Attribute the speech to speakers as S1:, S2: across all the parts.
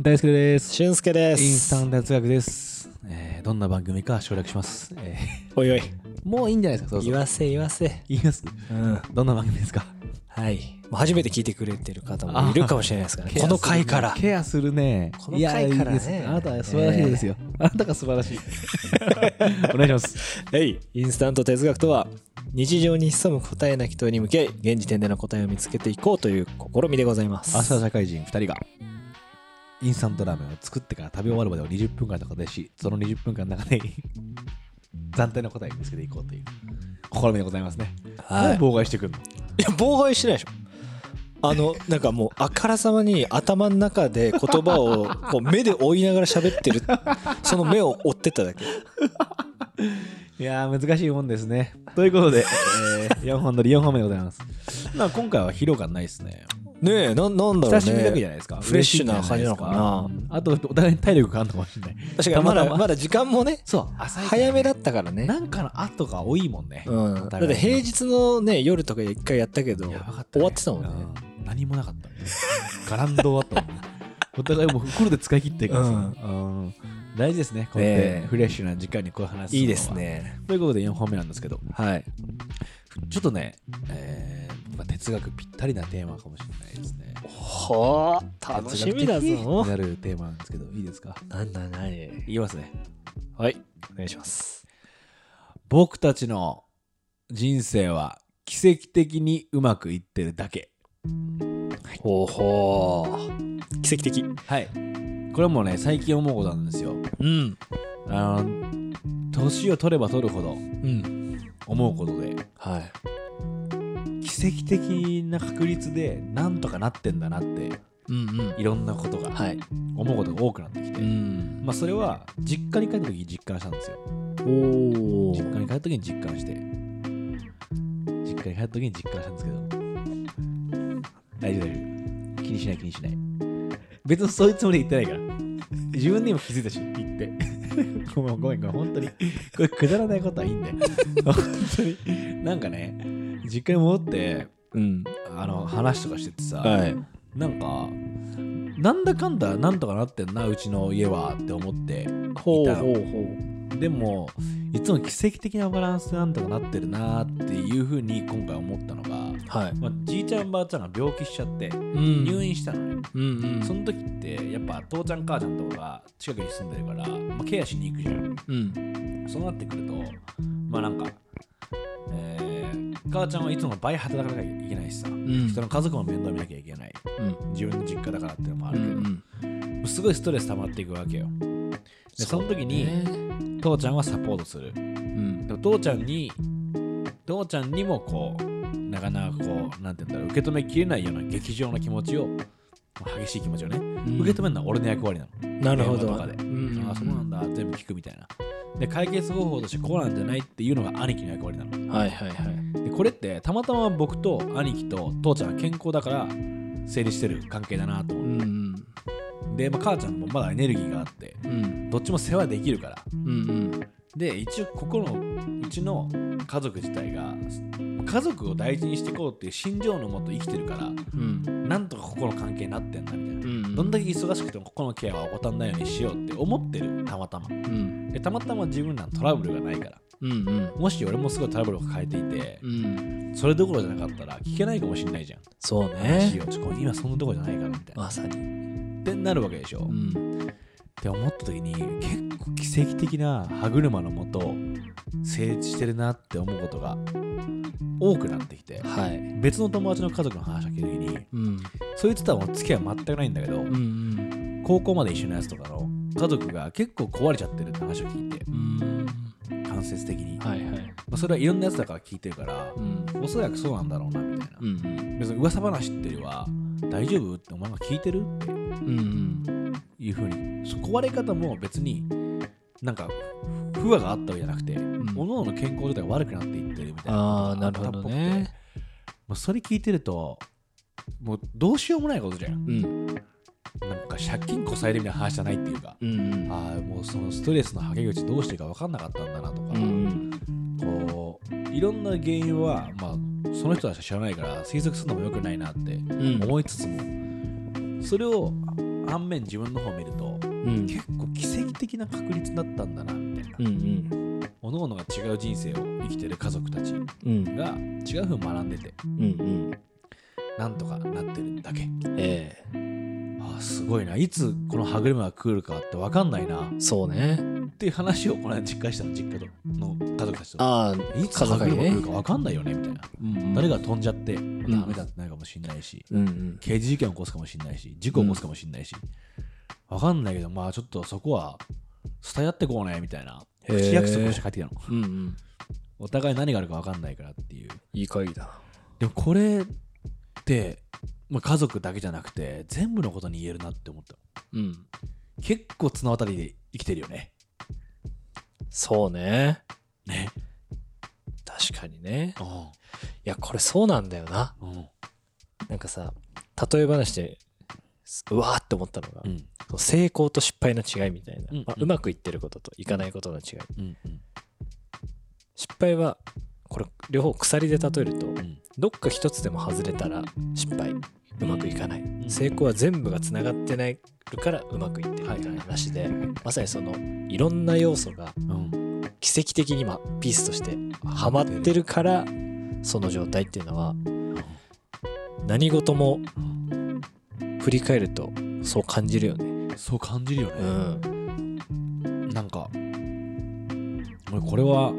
S1: 大輔です。
S2: 俊介で
S1: インス
S2: す。
S1: タント哲学です、えーどんな番組か省略します、え
S2: おいおい、
S1: ーもういいんじゃないですか、そうそう
S2: 言わせ言わせ。
S1: 言います。
S2: うん。
S1: どんな番組ですか
S2: はい。もう初めて聞いてくれてる方もいるかもしれないですから、 ね、この回から。
S1: ケアするね。
S2: この回からね
S1: いやいいですあなたは素晴らしいですよ。あなたが素晴らしい。 お願いします。
S2: はい。インスタント哲学とは、日常に潜む答えなき問いに向け、現時点での答えを見つけていこうという試みでございま す。
S1: 朝社会人2人がインスタントラーメンを作ってから食べ終わるまでを20分間とかでし、その20分間の 中で暫定の答えを見つけていこうという試みでございますね。
S2: はい。
S1: もう妨害してくるの。
S2: いや、妨害してないでしょ。あの、なんかもう、あからさまに頭の中で言 葉をこう目で追いながら喋ってる、その目を追ってっただけ。
S1: いやー難しいもんですね。ということで、え4本撮り4本目でございます。まあ今回は疲労感ないですね。
S2: ねえ、ななんだろうね。
S1: 久しぶりだけじゃないですか。
S2: フレッシュな感じなのかな
S1: 嬉しいんじゃいですか。うんあとお互いに体力があるのかもしれない。
S2: 確か
S1: た
S2: にま
S1: ま
S2: だ
S1: たま
S2: まだ時間もね
S1: そう、朝一
S2: 早めだったからね
S1: なんかの後が多いもんね。
S2: うん
S1: お
S2: だ
S1: 互
S2: っ
S1: い
S2: て平日のね夜とか一回やったけど
S1: やばかったね、
S2: 終わってたもんね
S1: うん何もなかったね。ガランド終わったもんね。 お互いもうフルで使い切ってるからさ。うん大事ですね。こうやっ
S2: ね
S1: て
S2: え
S1: フレッシュな時間にこういう話するのはい
S2: いです。ね
S1: ということで4本目なんですけど、
S2: はい
S1: ちょっとね、えーまあ、哲学ぴったりなテーマかもしれないですね。
S2: ほー楽しみだぞ
S1: なるテーマなんですけど、いいですか
S2: なんだなに
S1: 言いますね。
S2: はいお願いします
S1: 僕たちの人生は奇跡的にうまくいってるだけ。
S2: ほうほう奇跡的
S1: はい。これはもうね、最近思うことなんですよ。
S2: うん
S1: あの、年を取れば取るほど
S2: うん
S1: 思うことで、
S2: はい
S1: 奇跡的な確率でなんとかなってんだなって、
S2: うんうん
S1: いろんなことが、
S2: はい
S1: 思うことが多くなってきて。
S2: ん
S1: まあそれは実家に帰った時に実感したんですよ。
S2: おお
S1: 実家に帰った時に実感して実家に帰った時に実感したんですけど大丈夫大丈夫気にしない気にしない別にそういうつもりで言ってないから自分でも気づいたし言って ごめんごめんごめん本当にこれくだらないことはいいんだよ本当になんかね実家に戻って
S2: うん
S1: あの話とかしててさ、
S2: はい
S1: なんかなんだかんだなんとかなってんなうちの家はって思ってい
S2: ほ
S1: うたの
S2: ほうほ
S1: でもいつも奇跡的なバランスでなんとかなってるなーっていうふうに今回思ったのが、
S2: うはい
S1: まあ、じいちゃんばあちゃんが病気しちゃって
S2: うん
S1: 入院したのね、
S2: うんうん
S1: その時ってやっぱ父ちゃん母ちゃんとかが近くに住んでるから、まあ、ケアしに行くじゃん
S2: うん
S1: そうなってくるとまあなんか、えー母ちゃんはいつもの倍働かなきゃいけないしさ、
S2: ん
S1: 人の家族も面倒見なきゃいけない
S2: うん
S1: 自分の実家だからっていうのもあ
S2: う
S1: るけど、
S2: ん
S1: すごいストレス溜まっていくわけよでその時に、父ちゃんはサポートする
S2: うん
S1: でも父ちゃんに父ちゃんにもこうなかなかこうなんて言うんだろう受け止めきれないような劇場の気持ちを激しい気持ちをね、受け止めるのは俺の役割なの、
S2: なるほど
S1: 電話とかで、
S2: うん
S1: ああそうなんだ全部聞くみたいなで解決方法としてこうなんじゃないっていうのが兄貴の役割なの
S2: はいはいはい
S1: でこれってたまたま僕と兄貴と父ちゃんが健康だから成立してる関係だなと
S2: う
S1: 思
S2: んうん
S1: うで、まあ、母ちゃんもまだエネルギーがあって
S2: うん
S1: どっちも世話できるから
S2: うん
S1: で一応ここのうちの家族自体が家族を大事にしていこうっていう心情のもと生きてるから
S2: うん
S1: なんとかここの関係になってんだみたいな、
S2: うん
S1: どんだけ忙しくてもここのケアは怠んないようにしようって思ってるたまたま
S2: うん
S1: でたまたま自分らのトラブルがないから
S2: うんうん
S1: もし俺もすごいトラブルを抱えていて
S2: うん
S1: それどころじゃなかったら聞けないかもしれないじゃん
S2: そう
S1: 話
S2: ね
S1: をちょっと今そんなとこじゃないからみたいな
S2: まさに
S1: ってなるわけでしょ、っ
S2: うん
S1: て思った時に結構奇跡的な歯車のもと成立してるなって思うことが多くなってきて
S2: はい
S1: 別の友達の家族の話を聞いた時に
S2: うん
S1: そいつとはもう付き合いは全くないんだけど、
S2: うん
S1: 高校まで一緒のやつとかの家族が結構壊れちゃってるって話を聞いて
S2: うん
S1: 間接的に、
S2: はいはい
S1: まあ、それはいろんなやつだから聞いてるから
S2: う、ん
S1: おそらくそうなんだろうなみたいな、
S2: うん
S1: 別に噂話っていうよりは大丈夫ってお前が聞いてるって
S2: うん
S1: いうふうにそう壊れ方も別になんか不和があったわけじゃなくて、
S2: ん
S1: おのおの健康状態が悪くなっていってるみたいな
S2: あー
S1: ことがったっぽくて
S2: なるほどね
S1: もうそれ聞いてるともうどうしようもないことじゃん
S2: うん
S1: なんか借金こさえるみたいな話じゃないっていうか、
S2: うん
S1: ああもうそのストレスのはけ口どうしていいか分かんなかったんだなとか、
S2: うん
S1: こういろんな原因は、まあ、その人たちは知らないから推測するのも良くないなって
S2: うん
S1: 思いつつもそれを反面自分の方を見ると
S2: うん
S1: 結構奇跡的な確率だったんだなみたいな、
S2: うんうん
S1: 各々が違う人生を生きてる家族たち
S2: うん
S1: が違う風に学んでて
S2: うんうん
S1: なんとかなってるだけ
S2: ええ
S1: ああすごいないつこの歯車が来るかって分かんないなっ
S2: そうね
S1: ていう話をこの間実家したの実家との家族たちと
S2: ああ
S1: いつ歯
S2: 家族
S1: 車
S2: に
S1: が
S2: ね
S1: 来るか分かんないよねみたいな、誰が飛んじゃって
S2: ん
S1: ダメだってなるかもしんないし、
S2: うんうん
S1: 刑事事件を起こすかもしんないし事故を起こすかもしんないし、分かんないけどまあちょっとそこは伝え合ってこうねみたいな
S2: へえ
S1: 口約束をして帰ってきたの
S2: うんうん
S1: お互い何があるか分かんないからっていう
S2: いい会議だ
S1: でもこれって、まあ、家族だけじゃなくて全部のことに言えるなって思った
S2: うん
S1: 結構綱渡りで生きてるよね
S2: そうね
S1: ね
S2: 確かにね
S1: うん
S2: いやこれそうなんだよな
S1: うん
S2: なんかさ例え話ですうわーって思ったのが、
S1: うん
S2: その成功と失敗の違いみたいな、
S1: うん
S2: まあ
S1: うん
S2: うまくいってることといかないことの違い
S1: うんうん
S2: 失敗はこれ両方鎖で例えると
S1: うん
S2: どっか一つでも外れたら失敗うまくいかない、
S1: ん
S2: 成功は全部がつながってないからうまくいってるみたいな話で、まさにそのいろんな要素が
S1: うん
S2: 奇跡的に今ピースとしてハマってるからその状態っていうのは何事も
S1: うん
S2: 振り返るとそう感じるよね。
S1: そう感じるよ
S2: う
S1: ね、
S2: ん、
S1: なんか俺これは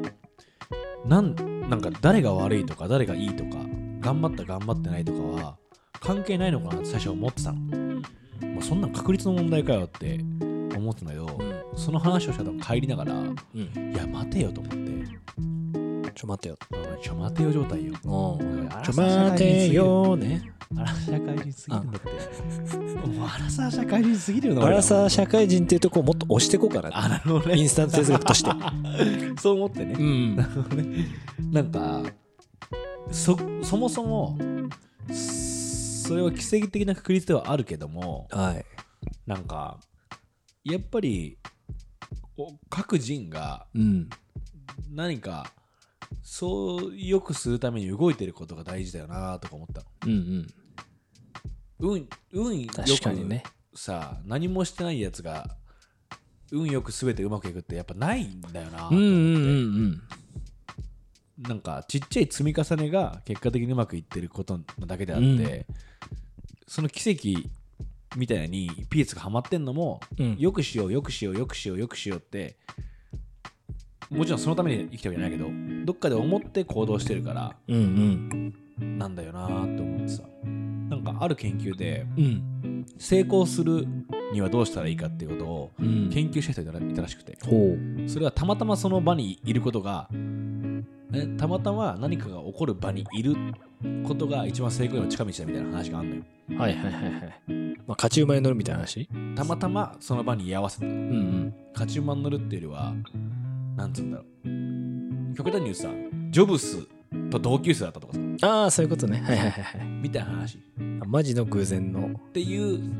S1: なんなんか誰が悪いとか誰がいいとか頑張った頑張ってないとかは関係ないのかなって最初は思ってたの、まあ、そんなん確率の問題かよって思ってたんだけど、
S2: うん
S1: その話をしたの帰りながらい
S2: うん、
S1: や待てよと思って
S2: ちょ待てよ。
S1: あちょ待てよ状態よ
S2: う
S1: 俺
S2: ん、ちょ待てよね。
S1: アラサー社会人すぎるんだってもうアラサー社会人すぎるよな
S2: アラサ
S1: 社
S2: ー社会人っていうとこをもっと押していこうか
S1: あ
S2: な
S1: なるほど
S2: イ
S1: ね
S2: ンスタント哲学 として
S1: そう思ってね、
S2: ん
S1: なるほどねなんかそそもそもそれは奇跡的な確率ではあるけども
S2: はい
S1: なんかやっぱりお各人が
S2: うん
S1: 何かそう良くするために動いてることが大事だよなとか思ったの
S2: うんうん
S1: 運運よ
S2: 確かに
S1: く
S2: ね
S1: さ何もしてないやつが運よく全てうまくいくってやっぱないんだよなと思って、
S2: うんうんうん
S1: なんかちっちゃい積み重ねが結果的にうまくいってることなだけであって、
S2: うん
S1: その奇跡みたいにピースがハマってんのも、
S2: うんうん
S1: よくしようよくしようよくしようよくしようってもちろんそのために生きてるわけじゃないけどどっかで思って行動してるから
S2: うん
S1: なんだよなーって思ってさなんかある研究で
S2: うん
S1: 成功するにはどうしたらいいかっていうことを
S2: うん
S1: 研究した人がいたらしくて
S2: ほう
S1: それはたまたまその場にいることが、ね、たまたま何かが起こる場にいることが一番成功への近道だみたいな話があるのよ
S2: はいはいはいはいまあ勝ち馬に乗るみたいな話
S1: たまたまその場に居合わせた
S2: うんうん
S1: 勝ち馬に乗るっていうよりはなんつうんだろう極端に言うとさジョブスと同級生だったとかさ
S2: ああそういうことねはいはいはいはい
S1: みたいな話っ
S2: あマジの偶然の
S1: ていう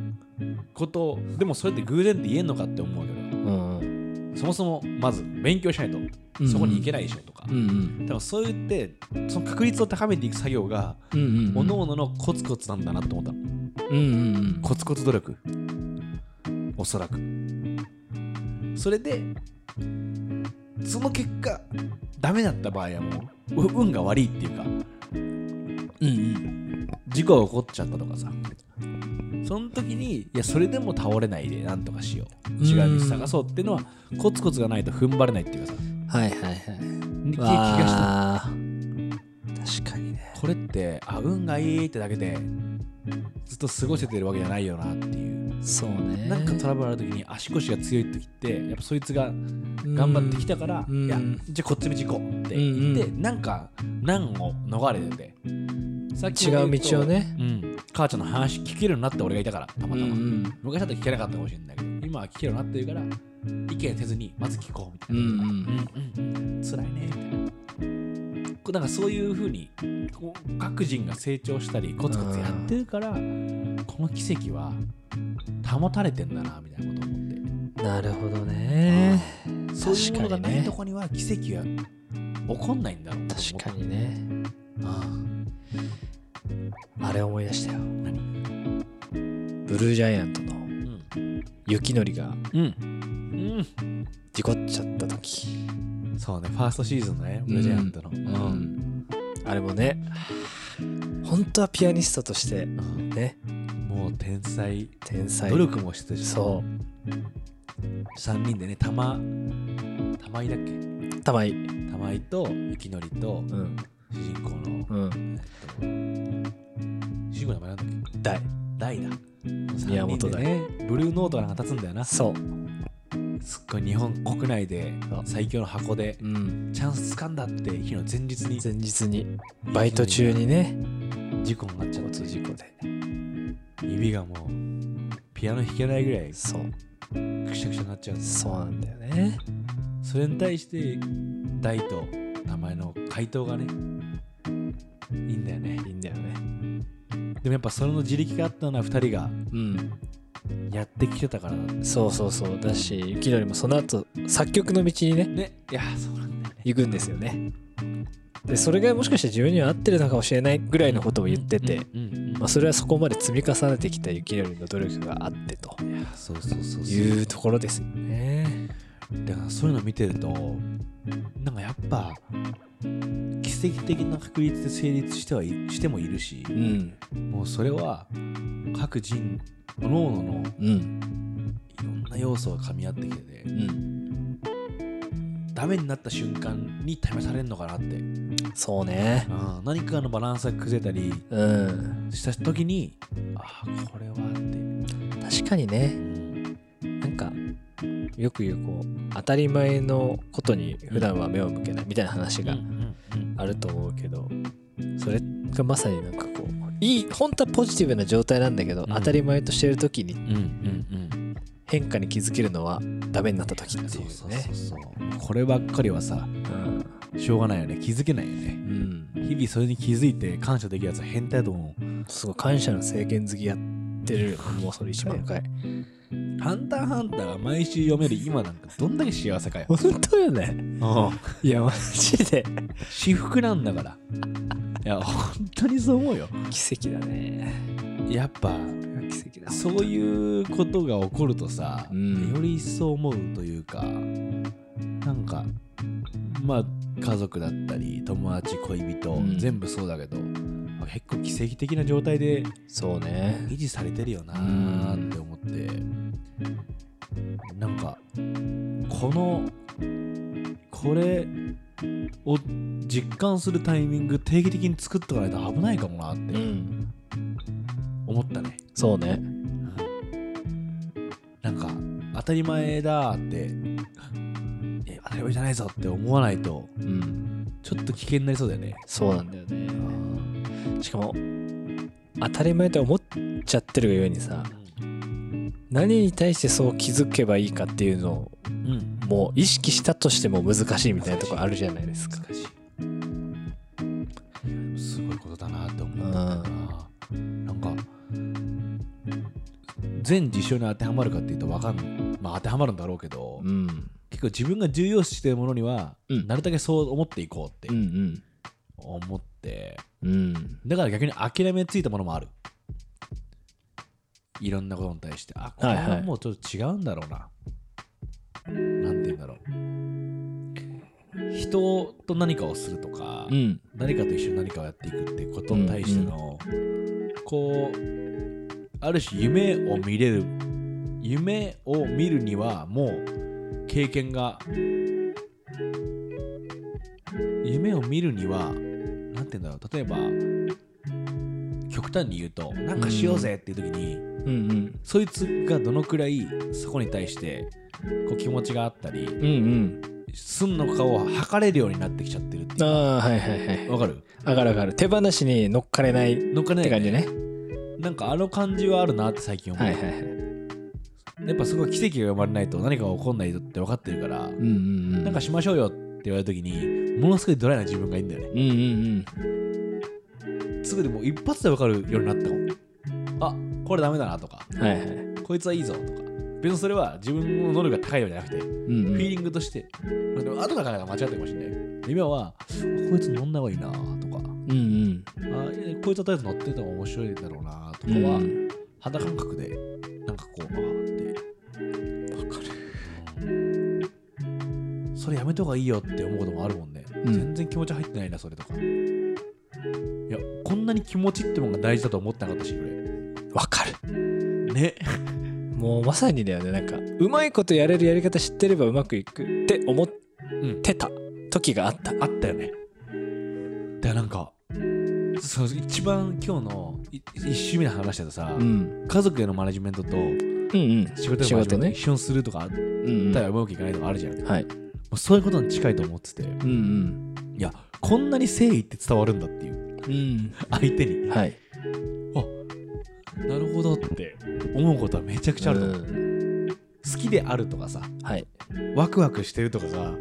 S1: ことでもそれって偶然って言えんのかって思うわけ
S2: う
S1: ど
S2: んうん
S1: そもそもまず勉強しないとそこに行けないでしょとか、
S2: うんうん
S1: 多分そう言ってその確率を高めていく作業が
S2: うんうん
S1: 各々のコツコツなんだなと思ったの
S2: うんうんうん
S1: コツコツ努力おそらくそれでその結果ダメだった場合はもうう運が悪いっていうか
S2: うん
S1: 事故が起こっちゃったとかさその時にいやそれでも倒れないでなんとかしよう違う道探そうっていうのはコツコツがないと踏ん張れないっていうかさ
S2: うんはいはいはい
S1: 気がした
S2: わー確かにね
S1: これってあ運がいいってだけでずっと過ごせてるわけじゃないよなっていう
S2: そうね
S1: なんかトラブルある時に足腰が強い時ってやっぱそいつが頑張ってきたから、
S2: うん
S1: いや
S2: うん
S1: じゃあこっちの道行こうって言って、
S2: うん
S1: なんか難を逃れててさっき
S2: 違
S1: の
S2: う
S1: 言と
S2: 道を、ね
S1: うん、母ちゃんの話聞けるようになって俺がいたからたまたま、
S2: うん
S1: 昔だと聞けなかったかもしれないけど今は聞けるようになってるから意見せずにまず聞こうみた
S2: う
S1: い
S2: んう
S1: な、
S2: ん
S1: うんうんうん辛いねみたいな。こうなんかそういうふうにこう各人が成長したりコツコツやってるからこの奇跡は保たれてんだなみたいなことを思って
S2: なるほどね
S1: そういうものが
S2: 確か
S1: な
S2: に
S1: い
S2: ね
S1: とこには奇跡が起こんないんだろうなと思
S2: 確
S1: っ
S2: かにね
S1: た
S2: あれ思い出したよ
S1: 何
S2: ブルージャイアントの
S1: うん
S2: 雪のりが
S1: うん、うん、
S2: 事故っちゃった時
S1: そうねファーストシーズンのねブラジャイアントの、
S2: う
S1: うん
S2: んあれもね本当はピアニストとしてね
S1: もう天才
S2: 天才
S1: 努力もしてたし、
S2: そ
S1: 3人でね玉玉井だっけ
S2: う玉井
S1: 玉井と雪のりと
S2: うん
S1: 主人公の、
S2: うん
S1: えっと主人公の名前なんだっけ
S2: 大
S1: ダイだ
S2: 宮本大
S1: ねブルーノートがなんか立つんだよなす
S2: そ
S1: っごい日本国内で最強の箱で
S2: ううん
S1: チャンス掴んだって日の前日に
S2: 前日にバイト中にね
S1: 事故になっちゃった
S2: 交通事故で
S1: 指がもうピアノ弾けないぐらい
S2: そう
S1: くしゃくしゃになっちゃうんです
S2: そうなんだよね
S1: それに対して大と名前の回答がねいいんだよね
S2: いいんだよね
S1: でもやっぱその自力があったのは2人が
S2: うん
S1: やってきてたからだって
S2: そうそうそうだし雪のりもその後作曲の道にね
S1: ねいやそうなんだよね
S2: 行くんですよねでそれがもしかして自分には合ってるのかもしれないぐらいのことを言ってて、
S1: うんうんうん
S2: まあ、それはそこまで積み重ねてきた雪のりの努力があってと
S1: いやそうそうそうそう
S2: いうところですよね。
S1: だからそういうの見てるとなんかやっぱ奇跡的な確率で成立してはいしてもいるし
S2: うん
S1: もうそれは各人各々の
S2: うん
S1: いろんな要素が噛み合ってきてて
S2: うん
S1: ダメになった瞬間に試されるのかなって、
S2: そうね。
S1: 何かのバランスが崩れたり
S2: うん
S1: した時にああこれはって、
S2: 確かにねなんかよく言うこう当たり前のことに普段は目を向けないみたいな話があると思うけどそれがまさになんかこういい本当はポジティブな状態なんだけど
S1: ん
S2: 当たり前としてる時に
S1: うんうんうん
S2: 変化に気づけるのはダメになった時って
S1: そ
S2: いうう
S1: そう
S2: ね
S1: そう。そうこればっかりはさ
S2: うん
S1: しょうがないよね気づけないよね
S2: うん
S1: 日々それに気づいて感謝できるやつは変態だと思う
S2: すごい感謝の制限好きやってるよもうそれ一万回。
S1: 「ハンターハンター」が毎週読める今なんかどんだけ幸せかよ
S2: 本当よね。いやマジで
S1: 私服なんだからいや本当にそう思うよ
S2: 奇跡だね
S1: やっぱ
S2: 奇跡だ
S1: そういうことが起こるとさ、
S2: うん
S1: より一層思うというかなんかまあ家族だったり友達恋人、
S2: うん
S1: 全部そうだけどあ結構奇跡的な状態で
S2: そうね
S1: 維持されてるよなーって思って、なんかこのこれを実感するタイミング定期的に作っとかないと危ないかもなっ
S2: う
S1: て
S2: ん
S1: 思ったね、
S2: そうね
S1: なんか当たり前だーってえ当たり前じゃないぞって思わないと
S2: うん
S1: ちょっと危険になりそうだよね
S2: そうなんだよねしかも当たり前と思っちゃってるがゆえにさ何に対してそう気づけばいいかっていうのを
S1: うん
S2: もう意識したとしても難しいみたいなとこあるじゃないですか
S1: 難しいすごいことだなって思ったんだよななんか全事象に当てはまるかっていうとわかんまあ当てはまるんだろうけど、
S2: うん
S1: 結構自分が重要視してるものには、
S2: うん
S1: なるだけそう思っていこう
S2: う
S1: って
S2: ん
S1: 思って、
S2: うんうん
S1: だから逆に諦めついたものもあるいろんなことに対してあこれ
S2: はいは
S1: はいもうちょっと違うんだろうな、なんて言うんだろう人と何かをするとか、
S2: うん
S1: 誰かと一緒に何かをやっていくってことに対しての、こうある種夢を見れる夢を見るにはもう経験が夢を見るにはなんて言うんだろう例えば極端に言うとなんかしようぜっていう時に、
S2: うんうん
S1: そいつがどのくらいそこに対してこう気持ちがあったり
S2: うんうん
S1: すんのかを測れるようになってきちゃってるってい
S2: あ
S1: う
S2: あはいはいはい
S1: わかる
S2: 上がる上がる手放しに乗っかれないっ
S1: 乗っかね
S2: て感じね
S1: なんかあの感じはあるなって最近思う、
S2: はいはいはい
S1: やっぱそこは奇跡が生まれないと何かが起こんないって分かってるから、
S2: うんうんうん
S1: なんかしましょうよって言われた時にものすごいドライな自分がいいんだよね
S2: うんうん
S1: すぐでもう一発で分かるようになったもんあこれダメだなとか
S2: うんはいはいうん
S1: こいつはいいぞとか別にそれは自分の能力が高いわけじゃなくて、フ
S2: うん
S1: ィーリングとしてまあでも後だからが間違ってるかもしれない今はあこいつ乗んない方がいいなとか
S2: うんうん
S1: あいやこいつはとりあえず乗ってた方が面白いだろうなと
S2: う
S1: かは、
S2: ん
S1: 肌感覚でなんかこうあーってそれやめた方がいいよって思うこともあるもんね、
S2: ん
S1: 全然気持ち入ってないなそれとかいやこんなに気持ちってものが大事だと思ってなかったし俺
S2: わかる
S1: ね
S2: もうまさにだよねなんかうまいことやれるやり方知ってればうまくいくって思っ
S1: うん
S2: てた時があった
S1: あったよねだからなんかその一番今日のい一周目の話だとさ、
S2: うん
S1: 家族へのマネジメントと
S2: うんうん
S1: 仕事へのマネジメントを一緒にするとかあっ
S2: うんうん
S1: たらうまくいかないとかあるじゃん、も
S2: はいう
S1: そういうことに近いと思っててい
S2: うん
S1: やこんなに誠意って伝わるんだっていう
S2: うん
S1: 相手に
S2: はい
S1: なるほどって思うことはめちゃくちゃあると思う、
S2: うん
S1: 好きであるとかさ
S2: はい
S1: ワクワクしてるとかが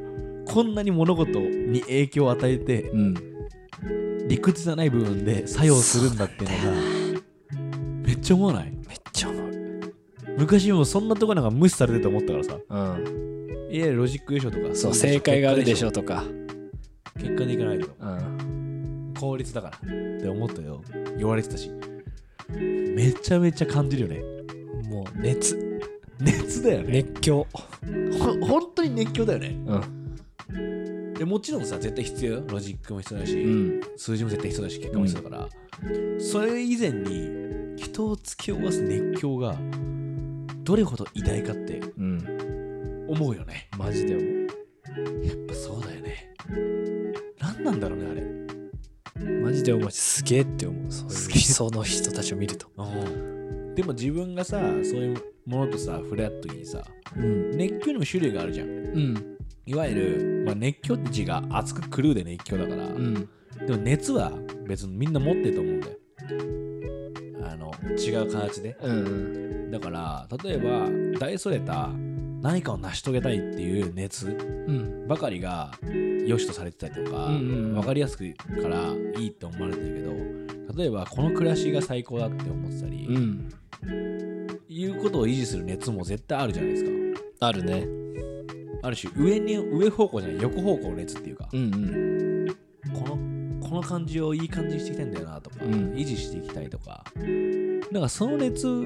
S1: こんなに物事に影響を与えて
S2: うん
S1: 理屈じゃない部分で作用するんだっていうのがめっちゃ思わない
S2: めっちゃ思う
S1: 昔もそんなとこなんか無視されてると思ったからさ
S2: うん
S1: いやロジックでしょとか
S2: そう
S1: いい
S2: 正解があるでしょ
S1: 結
S2: とか
S1: 果結果でいかないとか
S2: うん
S1: 効率だからって思ったよ言われてたしめちゃめちゃ感じるよね
S2: もう熱
S1: 熱だよね
S2: 熱狂
S1: ほ本当に熱狂だよね
S2: うん
S1: でもちろんさ絶対必要よロジックも必要だし、
S2: うん
S1: 数字も絶対必要だし結果も必要だから、それ以前に人を突き動かす熱狂がどれほど偉大かって
S2: うん
S1: 思うよね
S2: マジで思う
S1: やっぱそうだよね何なんだろうねあれ
S2: マジで思うしすげえって思うそう
S1: す
S2: い
S1: げえ
S2: うその人たちを見ると
S1: でも自分がさそういうものとさ触れ合った時にさ
S2: うん
S1: 熱狂にも種類があるじゃん
S2: うん
S1: いわゆる、まあ、熱狂って字が熱く狂うで熱狂だから、
S2: うん
S1: でも熱は別にみんな持ってると思うんだよあの違う形で
S2: うん
S1: だから例えば大それた何かを成し遂げたいっていう熱
S2: うん
S1: ばかりが良しとされてたりとか、
S2: うんうんうん
S1: 分かりやすくからいいって思われてるけど例えばこの暮らしが最高だって思ってたり、
S2: うん
S1: いうことを維持する熱も絶対あるじゃないですか
S2: あるね
S1: ある種上に上方向じゃない横方向の熱っていうか、
S2: うんうん
S1: このこの感じをいい感じにしていきたいんだよなとか、
S2: うん
S1: 維持していきたいとかだからその熱も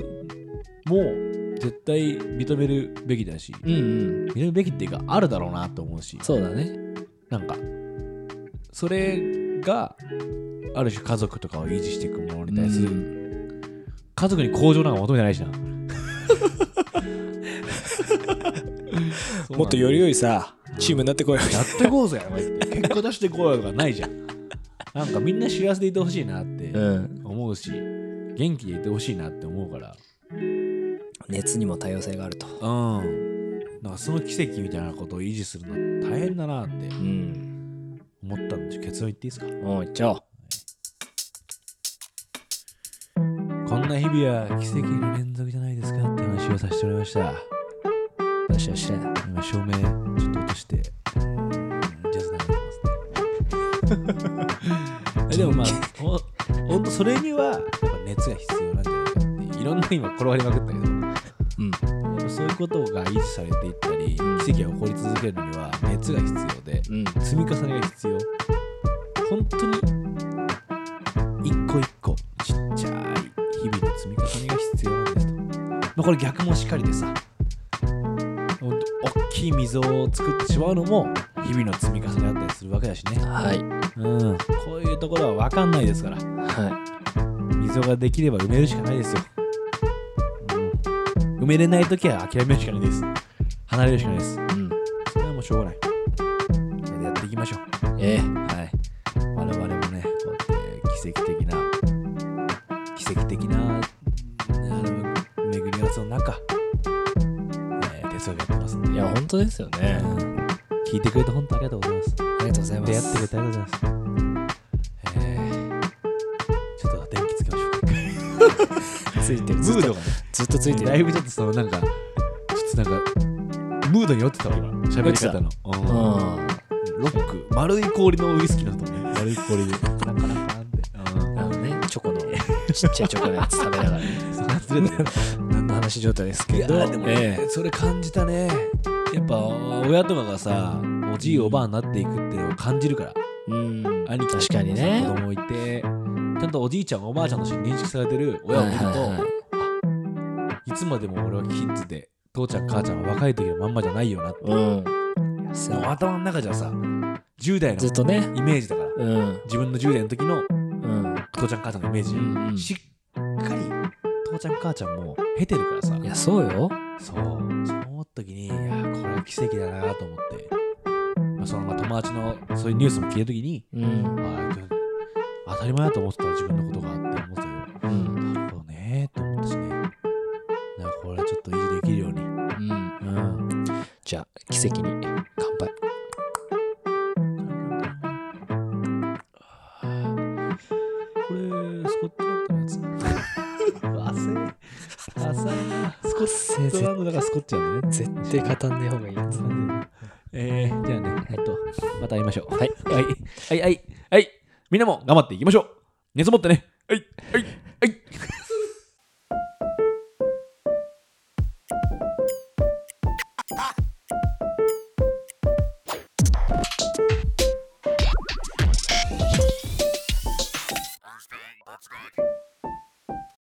S1: 絶対認めるべきだし、
S2: うんうん
S1: 認めるべきっていうかあるだろうなと思うし
S2: そうだね
S1: なんかそれがある種家族とかを維持していくものに対する、
S2: うん
S1: 家族に向上なんか求めてないしな
S2: もっとより良いさチームになってこいよ
S1: やってこうぜ、おいって結果出してこうよとかないじゃん。なんかみんな幸せでいてほしいなって
S2: うん
S1: 思うし、元気でいてほしいなって思うから、
S2: 熱にも多様性があると
S1: うん。なんかその奇跡みたいなことを維持するの大変だなって
S2: うん
S1: 思ったんですよ。結論言っていいですか
S2: もう一丁
S1: こんな日々は奇跡の連続じゃないですかって話をさせてもらいました。
S2: よしよし
S1: 今、照明ちょっと落として、うんジャズ流れてますね。でもまあ、ほほんとそれにはやっぱ熱が必要なんじゃないかっていういろんな今転がりまくったけど。
S2: うん
S1: でもそういうことが維持されていったり奇跡が起こり続けるのには熱が必要で
S2: うん
S1: 積み重ねが必要本当に一個一個ちっちゃい日々の積み重ねが必要なんですと、まあ、これ逆もしっかりでさほんと大きい溝を作ってしまうのも日々の積み重ねだったりするわけだしね、
S2: はい
S1: うん、こういうところは分かんないですから
S2: は
S1: 溝ができれば埋めるしかないですよ、うん、埋めれない時は諦めるしかないです離れるしかないです
S2: いうん
S1: それはもうしょうがないそれでやっていきましょう
S2: ええ
S1: はい我々もねこうやって奇跡的な奇跡的なうんあの巡り合わせの中、えー、哲学やってますんで
S2: いや本当ですよね
S1: うん聞いてくれて本当ありがとうございます
S2: ありがとうございます
S1: 出会ってくれてありがとうございますえー、ちょっと電気つけましょうか一回
S2: ついてる
S1: ム
S2: ずっ
S1: ード
S2: と
S1: がね
S2: ずっとついて
S1: だい
S2: る
S1: ぶちょっとそのなんかちょっとなんかムードに酔ってたわ今喋り方の、
S2: う
S1: うん
S2: ん
S1: ロック丸い氷のウイスキーなんだもんね 丸い氷でなかなか
S2: あのね、チョコの、ちっちゃいチョコのやつ食べながら、
S1: ってうん
S2: 何の話状態です
S1: い
S2: け
S1: や
S2: ど、
S1: ーでも、ね
S2: ええ
S1: それ感じたねやっぱ親とかがさおじいおばあになっていくっていうのを感じるから
S2: うん、
S1: 兄貴たち
S2: 確
S1: も
S2: かにね
S1: さ。子供いてちゃんとおじいちゃんおばあちゃんとして認識されてる親を見ると、
S2: はいはいはい
S1: あいつまでも俺はキッズで父ちゃん母ちゃんは若い時のまんまじゃないよなって
S2: うん、
S1: いや
S2: そう
S1: 頭の中じゃさ10代
S2: ずっ
S1: の
S2: とね
S1: イメージだから
S2: うん
S1: 自分の10代の時の
S2: うん
S1: 父ちゃん母ちゃんのイメージ、
S2: うんうん
S1: しっかり父ちゃん母ちゃんも経てるからさ
S2: いやそうよ
S1: そうそう思った時にいやこれは奇跡だなと思って、まあ、そのまあ友達のそういうニュースも聞いた時に
S2: うん
S1: ああ当たり前だと思ってた自分のことがあって思ってたよ
S2: うん
S1: なるほどねと思ったしねだからこれはちょっと維持できるように
S2: うん
S1: うん
S2: じゃあ奇跡に乾杯
S1: これスコットランドのやつ汗浅いなスコッ
S2: せー
S1: トランドだからスコッチなんだね
S2: 絶対語んねえ方がいいやつ
S1: えー、じゃあね、えっと、また会いましょう。はい、はい、はい、はい、はい、みんなも頑張っていきましょう熱持ってねはい、はい